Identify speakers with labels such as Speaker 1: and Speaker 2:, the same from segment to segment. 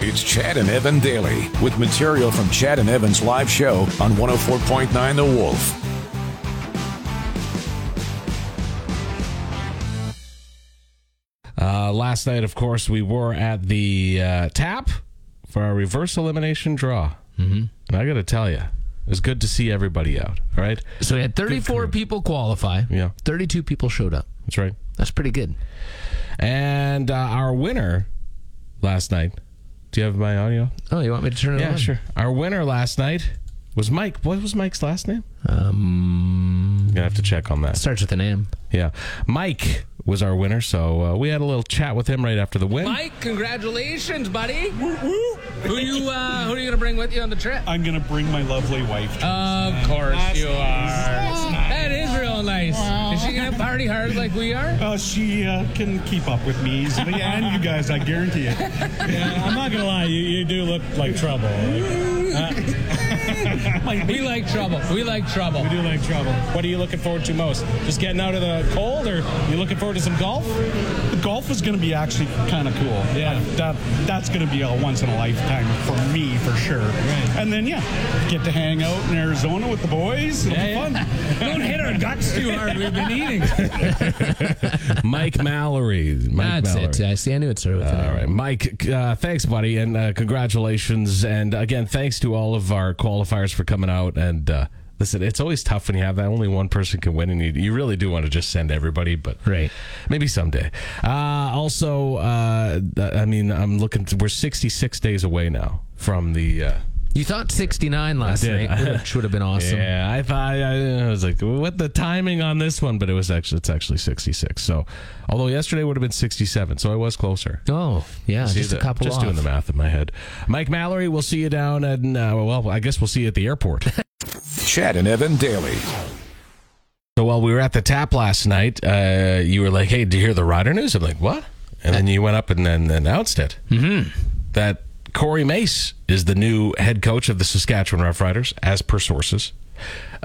Speaker 1: It's Chad and Evan daily with material from Chad and Evan's live show on 104.9 The Wolf.
Speaker 2: Uh, last night, of course, we were at the uh, tap for our reverse elimination draw. Mm-hmm. And I got to tell you, it was good to see everybody out. All right.
Speaker 3: So we had 34 people qualify.
Speaker 2: Yeah.
Speaker 3: 32 people showed up.
Speaker 2: That's right.
Speaker 3: That's pretty good.
Speaker 2: And uh, our winner last night. Do you have my audio?
Speaker 3: Oh, you want me to turn it on?
Speaker 2: Our winner last night was Mike. What was Mike's last name?
Speaker 3: Um,
Speaker 2: I'm going to have to check on that.
Speaker 3: starts with an M.
Speaker 2: Yeah. Mike was our winner. So uh, we had a little chat with him right after the win.
Speaker 3: Mike, congratulations, buddy. Who you uh, who are you gonna bring with you on the trip?
Speaker 4: I'm gonna bring my lovely wife.
Speaker 3: Of course you are. That is real nice. Is she gonna party hard like we are?
Speaker 4: Uh, she uh, can keep up with me easily, and you guys, I guarantee it.
Speaker 5: Yeah, I'm not gonna lie, you, you do look like trouble.
Speaker 3: We like trouble. We like trouble.
Speaker 5: You do like trouble. What are you looking forward to most? Just getting out of the cold, or you looking forward to some golf?
Speaker 4: The golf is gonna be actually kind of cool.
Speaker 5: Yeah.
Speaker 4: that that's gonna be a once in a lifetime for me for sure.
Speaker 5: Right.
Speaker 4: And then yeah, get to hang out in Arizona with the boys. It'll be fun.
Speaker 5: Don't hit our guts too hard. We've been eating.
Speaker 2: Mike Mallory. Mike
Speaker 3: That's
Speaker 2: Mallory.
Speaker 3: it. I see. I knew it started with an
Speaker 2: All
Speaker 3: M.
Speaker 2: right, Mike. Uh, thanks, buddy, and uh, congratulations. And again, thanks to all of our qualifiers for coming out. And uh, listen, it's always tough when you have that only one person can win, and you, you really do want to just send everybody, but
Speaker 3: Right.
Speaker 2: maybe someday. Uh, also, uh, I mean, I'm looking. we're 66 days away now from the. Uh,
Speaker 3: You thought 69 last
Speaker 2: did.
Speaker 3: night, which would have been awesome.
Speaker 2: Yeah, I thought I, I was like, what the timing on this one? But it was actually it's actually 66. So, although yesterday would have been 67, so I was closer.
Speaker 3: Oh, yeah,
Speaker 2: See
Speaker 3: just a
Speaker 2: the-
Speaker 3: couple
Speaker 2: Just
Speaker 3: off.
Speaker 2: doing the math in my head. Mike Mallory, we'll see you down at, uh, well, I guess we'll see you at the airport.
Speaker 1: Chad and Evan daily.
Speaker 2: so while we were at the tap last night, uh, you were like, hey, do you hear the rider news? I'm like, what? And then you went up and then announced it. Mm-hmm. That Corey Mace is the new head coach of the Saskatchewan Roughriders, as per sources.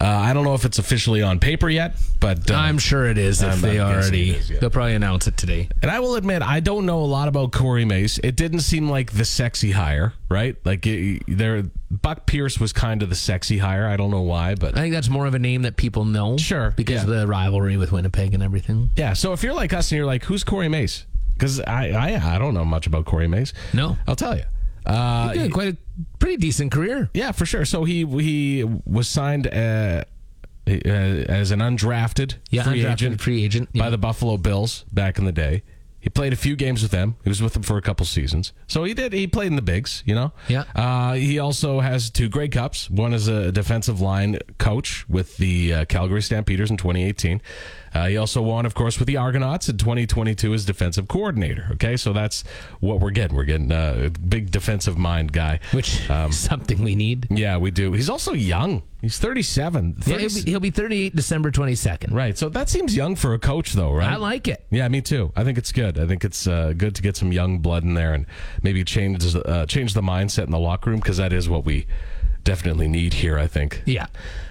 Speaker 2: Uh, I don't know if it's officially on paper yet, but uh,
Speaker 3: I'm sure it is if
Speaker 2: I'm-
Speaker 3: they
Speaker 2: I'm guessing
Speaker 3: already.
Speaker 2: it is, yeah.
Speaker 3: They'll probably announce it today.
Speaker 2: And I will admit, I don't know a lot about Corey Mace. It didn't seem like the sexy hire, right? Like it, there, Buck Pierce was kind of the sexy hire. I don't know why,
Speaker 3: I
Speaker 2: but
Speaker 3: think that's more of a name that people know.
Speaker 2: Sure,
Speaker 3: Because
Speaker 2: yeah.
Speaker 3: of the rivalry with Winnipeg and everything.
Speaker 2: yeah. So if you're like us and you're like, who's Corey Mace? Because I, I, I don't know much about Corey Mace.
Speaker 3: No.
Speaker 2: I'll tell you. Uh,
Speaker 3: Yeah, quite a pretty decent career.
Speaker 2: yeah, for sure. So he he was signed uh, uh, as an undrafted
Speaker 3: Yeah,
Speaker 2: free
Speaker 3: undrafted
Speaker 2: agent,
Speaker 3: free agent,
Speaker 2: by
Speaker 3: yeah.
Speaker 2: the Buffalo Bills back in the day. He played a few games with them. He was with them for a couple seasons. So he did. He played in the bigs, you know.
Speaker 3: Yeah.
Speaker 2: Uh, he also has two Grey Cups. One as a defensive line coach with the uh, Calgary Stampeders in 2018. Uh, he also won, of course, with the Argonauts in 2022 as defensive coordinator. Okay, so that's what we're getting. We're getting uh, a big defensive mind guy.
Speaker 3: Which
Speaker 2: Um,
Speaker 3: is something we need.
Speaker 2: Yeah, we do. He's also young. He's 37.
Speaker 3: Yeah, he'll, be, he'll be 38 December 22nd.
Speaker 2: right. So that seems young for a coach, though, right?
Speaker 3: I like it.
Speaker 2: Yeah, me too. I think it's good. I think it's uh, good to get some young blood in there and maybe change uh, change the mindset in the locker room because that is what we definitely need here. I think.
Speaker 3: Yeah.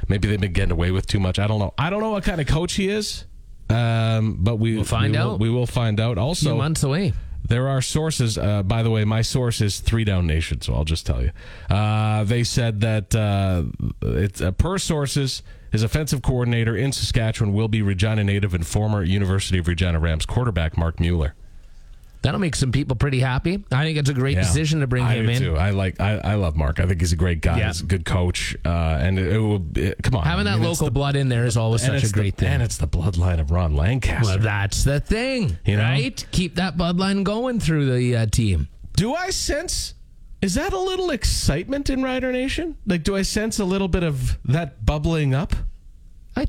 Speaker 2: Maybe they've been getting away with too much. I don't know. I don't know what kind of coach he is, um, but we will
Speaker 3: find
Speaker 2: we Will,
Speaker 3: out.
Speaker 2: we will find out.
Speaker 3: Two
Speaker 2: Also,
Speaker 3: months away.
Speaker 2: there are sources. Uh, by the way, my source is Three Down Nation, so I'll just tell you. Uh, they said that uh, it's uh, per sources, his offensive coordinator in Saskatchewan will be Regina native and former University of Regina Rams quarterback Mark Mueller.
Speaker 3: That'll make some people pretty happy. I think it's a great decision to bring
Speaker 2: I
Speaker 3: him
Speaker 2: do
Speaker 3: in.
Speaker 2: too. I like. I, I love Mark. I think he's a great guy.
Speaker 3: Yeah.
Speaker 2: He's a good coach. Uh, and it, it will. It, come on,
Speaker 3: Having
Speaker 2: I
Speaker 3: that
Speaker 2: mean, it's
Speaker 3: local blood in there is always
Speaker 2: and
Speaker 3: such a
Speaker 2: it's the-
Speaker 3: great thing.
Speaker 2: and it's the bloodline of Ron Lancaster.
Speaker 3: well, that's the thing,
Speaker 2: You know?
Speaker 3: right? Keep that bloodline going through the uh, team.
Speaker 2: do I sense is that a little excitement in Rider Nation? Like, do I sense a little bit of that bubbling up
Speaker 3: I,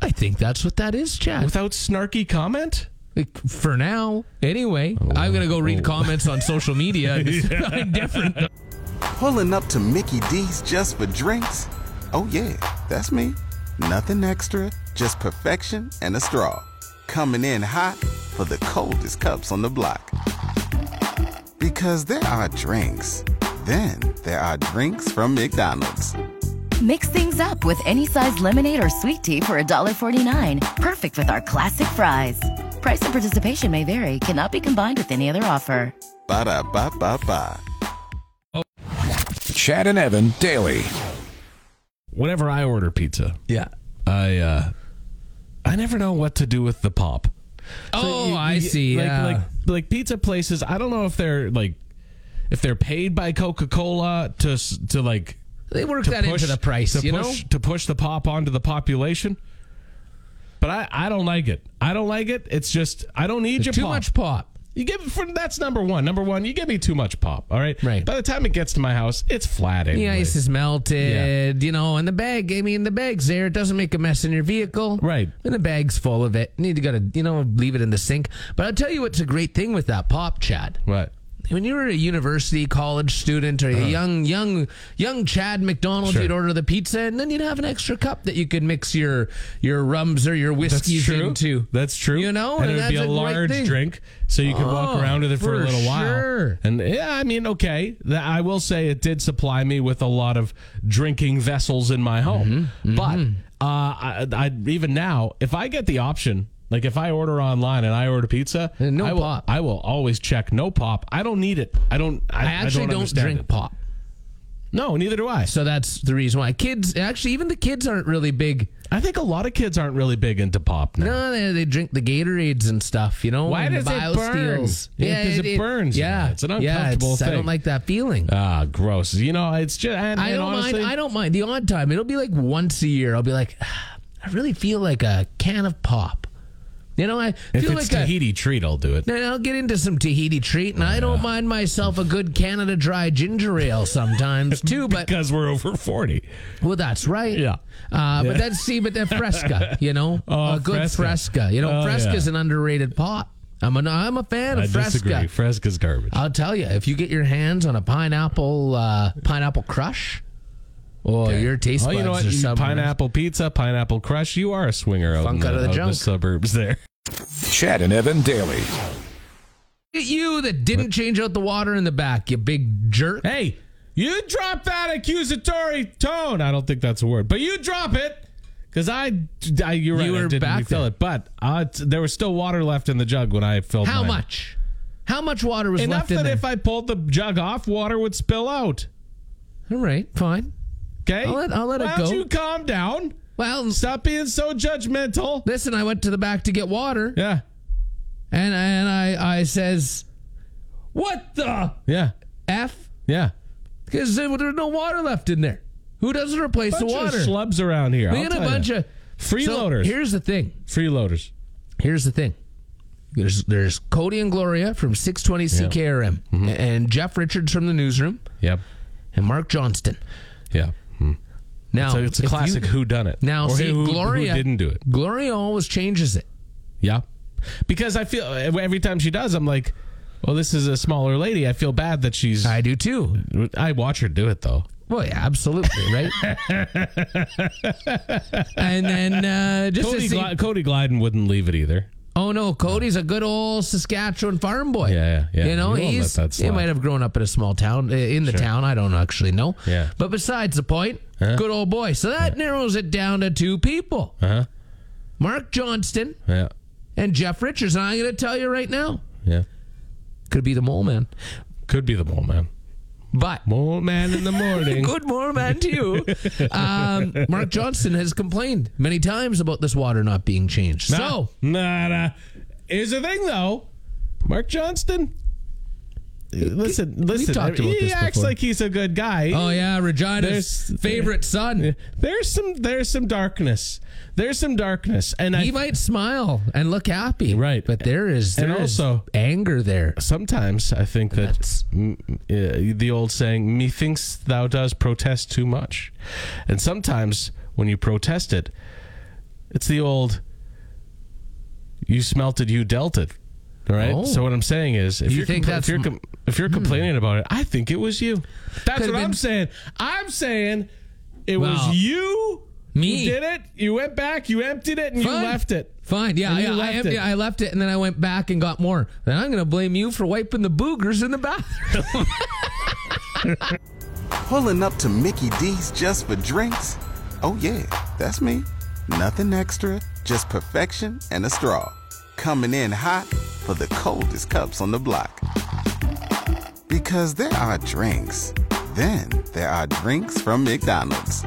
Speaker 3: I think that's what that is, Chad.
Speaker 2: without snarky comment?
Speaker 6: For now, anyway, I'm gonna go
Speaker 2: Oh.
Speaker 6: read comments on social media. and different.
Speaker 7: Pulling up to Mickey D's just for drinks? Oh, yeah, that's me. Nothing extra, just perfection and a straw. Coming in hot for the coldest cups on the block. Because there are drinks, then there are drinks from McDonald's.
Speaker 8: Mix things up with any size lemonade or sweet tea for $1.49. Perfect with our classic fries. Price and participation may vary, cannot be combined with any other offer.
Speaker 7: Ba da ba ba ba.
Speaker 1: Chad and Evan daily.
Speaker 2: Whenever I order pizza,
Speaker 6: Yeah.
Speaker 2: I uh, I never know what to do with the pop.
Speaker 6: Oh,
Speaker 2: You-
Speaker 6: I
Speaker 2: you-
Speaker 6: see.
Speaker 2: Like,
Speaker 3: uh,
Speaker 6: yeah.
Speaker 2: like like pizza places. I don't know if they're like if they're paid by Coca Cola to s- to like
Speaker 6: they work
Speaker 2: to
Speaker 6: that
Speaker 2: push
Speaker 6: into the price,
Speaker 2: to
Speaker 6: you
Speaker 2: push,
Speaker 6: know.
Speaker 2: to push the pop onto the population. But I, I don't like it. I don't like it. It's just I don't need your
Speaker 6: Too
Speaker 2: pop.
Speaker 6: much pop.
Speaker 2: You give for that's number one. Number one, you give me too much pop. All right.
Speaker 6: Right.
Speaker 2: By the time it gets to my house, it's flat
Speaker 6: The
Speaker 2: anyway.
Speaker 6: ice is melted, you know, and the bag. I mean, the bag's there. It doesn't make a mess in your vehicle,
Speaker 2: Right.
Speaker 6: And the bag's full of it. You need to gotta, you know, leave it in the sink. But I'll tell you what's a great thing with that pop, Chad.
Speaker 2: what? Uh-huh.
Speaker 6: when you were a university college student or a young young young Chad McDonald,
Speaker 2: Sure.
Speaker 6: you'd order the pizza and then you'd have an extra cup that you could mix your your rums or your whiskeys into.
Speaker 2: That's true.
Speaker 6: You know,
Speaker 2: and,
Speaker 6: and
Speaker 2: it'd be a
Speaker 6: that's a great
Speaker 2: large
Speaker 6: thing.
Speaker 2: drink, so you could walk
Speaker 6: Oh,
Speaker 2: around with it for, a
Speaker 6: for
Speaker 2: little while.
Speaker 6: sure.
Speaker 2: And yeah, I mean, okay, that I will say it did supply me with a lot of drinking vessels in my home.
Speaker 6: Mm-hmm,
Speaker 2: But uh, I, I even now, if I get the option. Like if I order online and I order pizza,
Speaker 6: And Uh, no
Speaker 2: I will,
Speaker 6: pop.
Speaker 2: I will always check no pop. I don't need it. I don't. I,
Speaker 6: I
Speaker 2: I
Speaker 6: actually
Speaker 2: don't,
Speaker 6: don't,
Speaker 2: understand
Speaker 6: drink
Speaker 2: it.
Speaker 6: pop.
Speaker 2: No, neither do I.
Speaker 6: So that's the reason why. Kids actually even the kids aren't really big.
Speaker 2: I think a lot of kids aren't really big into pop now.
Speaker 6: No, they, they drink the Gatorades and stuff, you know.
Speaker 2: Why
Speaker 6: and the
Speaker 2: does it
Speaker 6: Bio
Speaker 2: burn?
Speaker 6: Steels.
Speaker 2: Yeah, 'cause it burns, you
Speaker 6: Yeah.
Speaker 2: know, it's an
Speaker 6: Yeah,
Speaker 2: uncomfortable
Speaker 6: I
Speaker 2: thing.
Speaker 6: don't like that feeling.
Speaker 2: Ah, gross. You know, it's just. And,
Speaker 6: I
Speaker 2: and
Speaker 6: don't
Speaker 2: honestly,
Speaker 6: mind. I don't mind the odd time. It'll be like once a year. I'll be like, "Ah, I really feel like a can of pop. You know, I
Speaker 2: If
Speaker 6: feel
Speaker 2: it's
Speaker 6: like a.
Speaker 2: Tahiti treat, I'll do it.
Speaker 6: Now I'll get into some Tahiti treat, and I don't mind myself a good Canada Dry ginger ale sometimes too. But
Speaker 2: because we're over 40.
Speaker 6: well, that's right.
Speaker 2: Yeah.
Speaker 6: Uh, But that's see, but that Fresca, you know,
Speaker 2: Oh,
Speaker 6: a good
Speaker 2: Fresca.
Speaker 6: Fresca. You know,
Speaker 2: Oh,
Speaker 6: Fresca's
Speaker 2: yeah.
Speaker 6: an underrated pot. I'm an, I'm a fan
Speaker 2: I
Speaker 6: of Fresca.
Speaker 2: disagree. Fresca's garbage.
Speaker 6: I'll tell you, if you get your hands on a pineapple uh, pineapple crush, oh, your taste
Speaker 2: oh,
Speaker 6: buds
Speaker 2: you know what?
Speaker 6: are
Speaker 2: You-
Speaker 6: somewhere.
Speaker 2: Pineapple pizza, pineapple crush. You are a swinger out,
Speaker 6: Funk
Speaker 2: in
Speaker 6: out of the junk.
Speaker 2: suburbs there.
Speaker 1: Chad and Evan daily.
Speaker 6: Look at you that didn't change out the water in the back, you big jerk.
Speaker 2: Hey, you drop that accusatory tone. I don't think that's a word, but you drop it. Because I, I, you're right.
Speaker 6: You
Speaker 2: I
Speaker 6: were
Speaker 2: didn't
Speaker 6: back
Speaker 2: refill
Speaker 6: there.
Speaker 2: it, but uh, t- there was still water left in the jug when I filled.
Speaker 6: How
Speaker 2: mine.
Speaker 6: much? How much water was
Speaker 2: Enough
Speaker 6: left in
Speaker 2: that
Speaker 6: there?
Speaker 2: if I pulled the jug off, water would spill out.
Speaker 6: All right, fine.
Speaker 2: Okay,
Speaker 6: I'll let- I'll let it
Speaker 2: Why don't
Speaker 6: go.
Speaker 2: you calm down?
Speaker 6: Well,
Speaker 2: Stop being so judgmental.
Speaker 6: listen, I went to the back to get water,
Speaker 2: Yeah,
Speaker 6: and and I I says, "What the
Speaker 2: yeah,
Speaker 6: f?"
Speaker 2: yeah.
Speaker 6: Because there was no water left in there. Who doesn't replace
Speaker 2: bunch
Speaker 6: the water?
Speaker 2: of schlubs around here.
Speaker 6: we
Speaker 2: I'll
Speaker 6: got a
Speaker 2: tell
Speaker 6: bunch
Speaker 2: ya.
Speaker 6: of
Speaker 2: freeloaders.
Speaker 6: So here's the thing.
Speaker 2: freeloaders.
Speaker 6: Here's the thing. There's there's Cody and Gloria from 620 CKRM,
Speaker 2: Mm-hmm.
Speaker 6: and Jeff Richards from the newsroom,
Speaker 2: Yep.
Speaker 6: and Mark Johnston.
Speaker 2: Yeah.
Speaker 6: Now
Speaker 2: So it's a
Speaker 6: if you-
Speaker 2: classic who done it.
Speaker 6: Now,
Speaker 2: or
Speaker 6: see,
Speaker 2: who, who
Speaker 6: Gloria
Speaker 2: didn't do it.
Speaker 6: Gloria always changes it.
Speaker 2: Yeah. Because I feel every time she does, I'm like, well, this is a smaller lady. I feel bad that she's.
Speaker 6: I do too.
Speaker 2: I watch her do it though.
Speaker 6: Well, yeah, absolutely, right? and then uh, just
Speaker 2: Cody,
Speaker 6: to see,
Speaker 2: Gli- Cody Glyden wouldn't leave it either.
Speaker 6: oh no, Cody's a good old Saskatchewan farm boy.
Speaker 2: Yeah, yeah, yeah.
Speaker 6: You know,
Speaker 2: You won't
Speaker 6: he's
Speaker 2: let that
Speaker 6: he
Speaker 2: slide.
Speaker 6: might have grown up in a small town uh, in the town. I don't actually know.
Speaker 2: Yeah.
Speaker 6: But besides the point, good old boy. So that narrows it down to two people:
Speaker 2: Uh huh.
Speaker 6: Mark Johnston
Speaker 2: Yeah.
Speaker 6: and Jeff Richards. And I'm going to tell you right now,
Speaker 2: Yeah.
Speaker 6: could be the mole man,
Speaker 2: Could be the mole man.
Speaker 6: but.
Speaker 2: Mole man in the morning.
Speaker 6: Good morning man to you. Um, Mark Johnston has complained many times about this water not being changed. So
Speaker 2: Nah, nah. Here's the thing, though. Mark Johnston. Listen, listen.
Speaker 6: talked about
Speaker 2: he
Speaker 6: this
Speaker 2: acts
Speaker 6: before.
Speaker 2: like he's a good guy.
Speaker 6: Oh yeah, Regina's
Speaker 2: There's-
Speaker 6: favorite son.
Speaker 2: There's some. There's some darkness. There's some darkness, and I
Speaker 6: He might smile and look happy,
Speaker 2: Right.
Speaker 6: But there is
Speaker 2: And
Speaker 6: there is
Speaker 2: also-
Speaker 6: anger there.
Speaker 2: sometimes I think that mm, uh, the old saying, "Methinks thou does protest too much," and sometimes when you protest it, it's the old. You smelt it, you dealt it. All right.
Speaker 6: Oh.
Speaker 2: So what I'm saying is, if
Speaker 6: You
Speaker 2: are
Speaker 6: think that's- hmm.
Speaker 2: if you're, com- if you're complaining about it, I think it was you. That's
Speaker 6: Could've
Speaker 2: what I'm
Speaker 6: been-
Speaker 2: saying. I'm saying it
Speaker 6: Well,
Speaker 2: was you.
Speaker 6: me.
Speaker 2: who did it. You went back. You emptied it, and
Speaker 6: Fine.
Speaker 2: you left it.
Speaker 6: Fine. Yeah,
Speaker 2: And you
Speaker 6: yeah, I,
Speaker 2: left
Speaker 6: emptied-
Speaker 2: it.
Speaker 6: I left it and then I went back and got more. Then I'm going to blame you for wiping the boogers in the bathroom.
Speaker 7: Pulling up to Mickey D's just for drinks? Oh, yeah, that's me. Nothing extra, just perfection and a straw. Coming in hot for the coldest cups on the block. Because there are drinks, then there are drinks from McDonald's.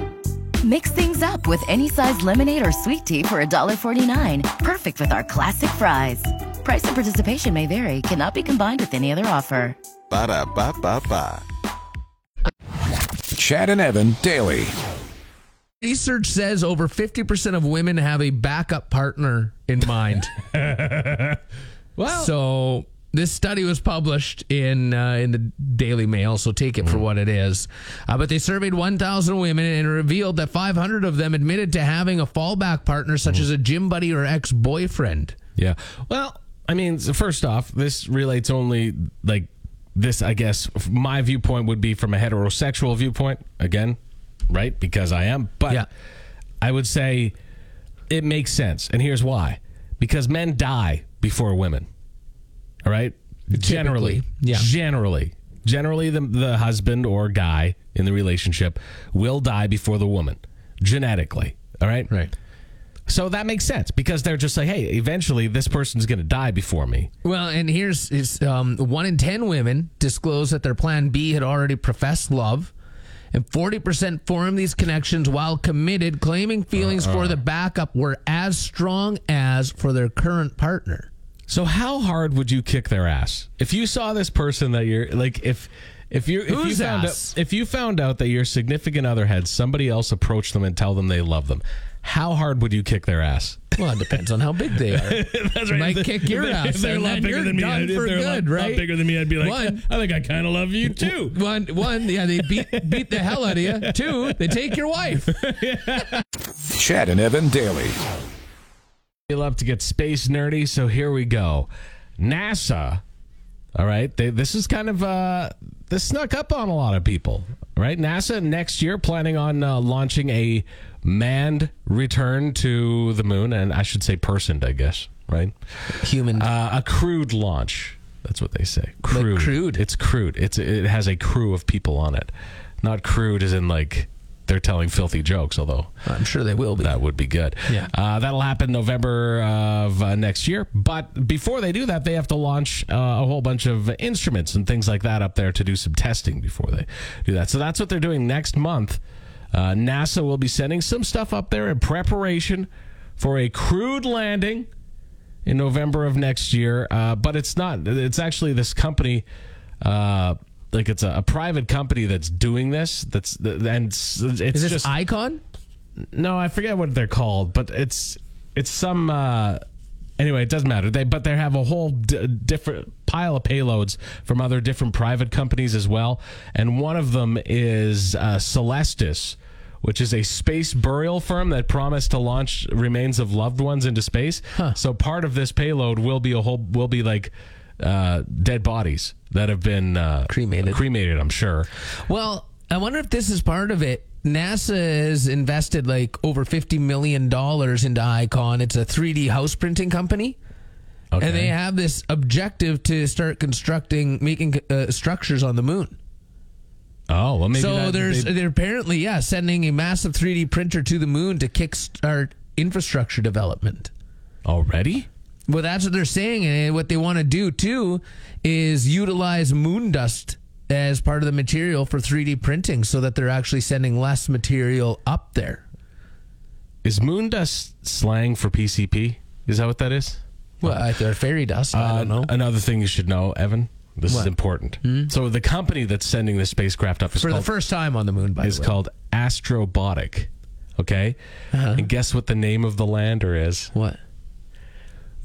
Speaker 8: Mix things up with any size lemonade or sweet tea for $1.49. Perfect with our classic fries. Price and participation may vary, cannot be combined with any other offer.
Speaker 7: Ba da ba ba ba.
Speaker 1: Chad and Evan daily.
Speaker 6: Research says over 50% of women have a backup partner in mind.
Speaker 2: Well,
Speaker 6: So this study was published in uh, in the Daily Mail, so take
Speaker 2: Mm-hmm.
Speaker 6: it for what it is. Uh, but they surveyed 1,000 women and revealed that 500 of them admitted to having a fallback partner, such
Speaker 2: Mm-hmm.
Speaker 6: as a gym buddy or ex boyfriend.
Speaker 2: Yeah. Well, I mean, so first off, this relates only like this. I guess f- my viewpoint would be from a heterosexual viewpoint again, right? Because I am, but
Speaker 6: Yeah.
Speaker 2: I would say it makes sense, and here's why: because men die before women. All right. Generally,
Speaker 6: yeah.
Speaker 2: Generally, generally, the the husband or guy in the relationship will die before the woman, genetically. All right. So that makes sense because they're just like, hey, eventually this person's going to die before me.
Speaker 6: Well, and here's is um, one in ten women disclosed that their plan B had already professed love, and forty percent formed these connections while committed, claiming feelings for the backup were as strong as for their current partner.
Speaker 2: So how hard would you kick their ass if you saw this person that you're like if if you if you
Speaker 6: Whose
Speaker 2: found
Speaker 6: ass?
Speaker 2: out if you found out that your significant other had somebody else approach them and tell them they love them, how hard would you kick their ass?
Speaker 6: Well, it depends on how big they are. That's right. Might kick your ass.
Speaker 5: If they're a
Speaker 6: and
Speaker 5: lot
Speaker 6: then
Speaker 5: bigger
Speaker 6: you're
Speaker 5: than me,
Speaker 6: done
Speaker 5: I'd, if
Speaker 6: for
Speaker 5: they're a lot,
Speaker 6: good,
Speaker 5: lot
Speaker 6: right?
Speaker 5: bigger than me, I'd be like, "Oh,
Speaker 6: One.
Speaker 5: I think I kind of love you too.
Speaker 6: One, one, yeah, they beat beat the hell out of you. Two, they take your wife.
Speaker 1: Chad and Evan daily.
Speaker 2: We love to get space nerdy, so here we go. NASA. All right, they, this is kind of uh, this snuck up on a lot of people, right? NASA next year planning on uh, launching a manned return to the moon, and I should say personed, I guess, right?
Speaker 6: Human.
Speaker 2: Uh, a crude launch. That's what they say. Crude.
Speaker 6: crude?
Speaker 2: It's crude. It's it has a crew of people on it, not crude as in like they're telling filthy jokes. Although
Speaker 6: I'm sure they will be.
Speaker 2: that would be good.
Speaker 6: Yeah.
Speaker 2: Uh, that'll happen November of uh, next year. But before they do that, they have to launch uh, a whole bunch of instruments and things like that up there to do some testing before they do that. So that's what they're doing next month. Uh, NASA will be sending some stuff up there in preparation for a crude landing in November of next year. Uh, but it's not. It's actually this company. Uh, like it's a, a private company that's doing this. That's and it's, it's
Speaker 6: Is this
Speaker 2: just
Speaker 6: Icon?
Speaker 2: no, I forget what they're called, but it's it's some uh anyway, it doesn't matter. They but they have a whole d- different pile of payloads from other different private companies as well, and one of them is uh, Celestis. Which is a space burial firm that promised to launch remains of loved ones into space. So part of this payload will be a whole will be like uh, dead bodies that have been uh,
Speaker 6: Cremated.
Speaker 2: Cremated, I'm sure.
Speaker 6: Well, I wonder if this is part of it. NASA has invested like over fifty million dollars into Icon. It's a 3D house printing company,
Speaker 2: Okay.
Speaker 6: and they have this objective to start constructing, making uh, structures on the moon.
Speaker 2: oh, well, maybe
Speaker 6: so
Speaker 2: that-
Speaker 6: there's
Speaker 2: they-
Speaker 6: they're apparently yeah sending a massive 3D printer to the moon to kickstart infrastructure development.
Speaker 2: already.
Speaker 6: Well, that's what they're saying, and what they want to do too is utilize moon dust as part of the material for 3D printing, so that they're actually sending less material up there.
Speaker 2: Is moon dust slang for PCP? Is that what that is?
Speaker 6: Well, I they're fairy dust. I don't know.
Speaker 2: Another thing you should know, Evan. This is
Speaker 6: What? Hmm?
Speaker 2: important. So the company that's sending this spacecraft up is
Speaker 6: For the
Speaker 2: called
Speaker 6: first time on the moon, by
Speaker 2: oh. is
Speaker 6: the way.
Speaker 2: called Astrobotic. Okay,
Speaker 6: Uh-huh.
Speaker 2: and guess what the name of the lander is?
Speaker 6: what?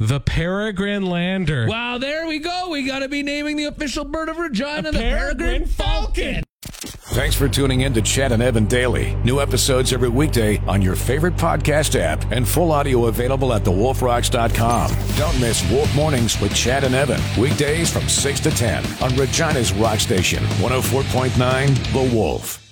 Speaker 2: The Peregrine Lander.
Speaker 6: Wow, there we go. We got to be naming the official bird of Regina the peregrine
Speaker 5: Peregrine
Speaker 6: falcon.
Speaker 1: Thanks for tuning in to Chad and Evan Daily. New episodes every weekday on your favorite podcast app and full audio available at thewolfrocks.com. Don't miss Wolf Mornings with Chad and Evan. oh Weekdays from 6 to 10 on Regina's Rock Station, 104.9 The Wolf.